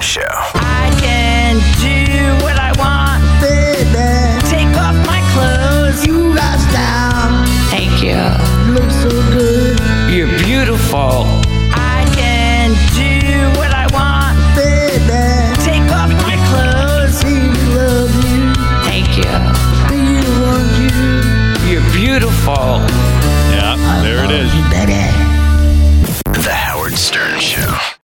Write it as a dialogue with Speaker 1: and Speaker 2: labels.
Speaker 1: Show.
Speaker 2: I can do what I want.
Speaker 3: Baby,
Speaker 2: Take off my clothes.
Speaker 3: you got style.
Speaker 2: Thank you.
Speaker 3: Look so good.
Speaker 2: You're beautiful. I can do what I want.
Speaker 3: Baby,
Speaker 2: Take off my clothes.
Speaker 3: we love you.
Speaker 2: Thank you.
Speaker 3: We want you.
Speaker 2: You're beautiful.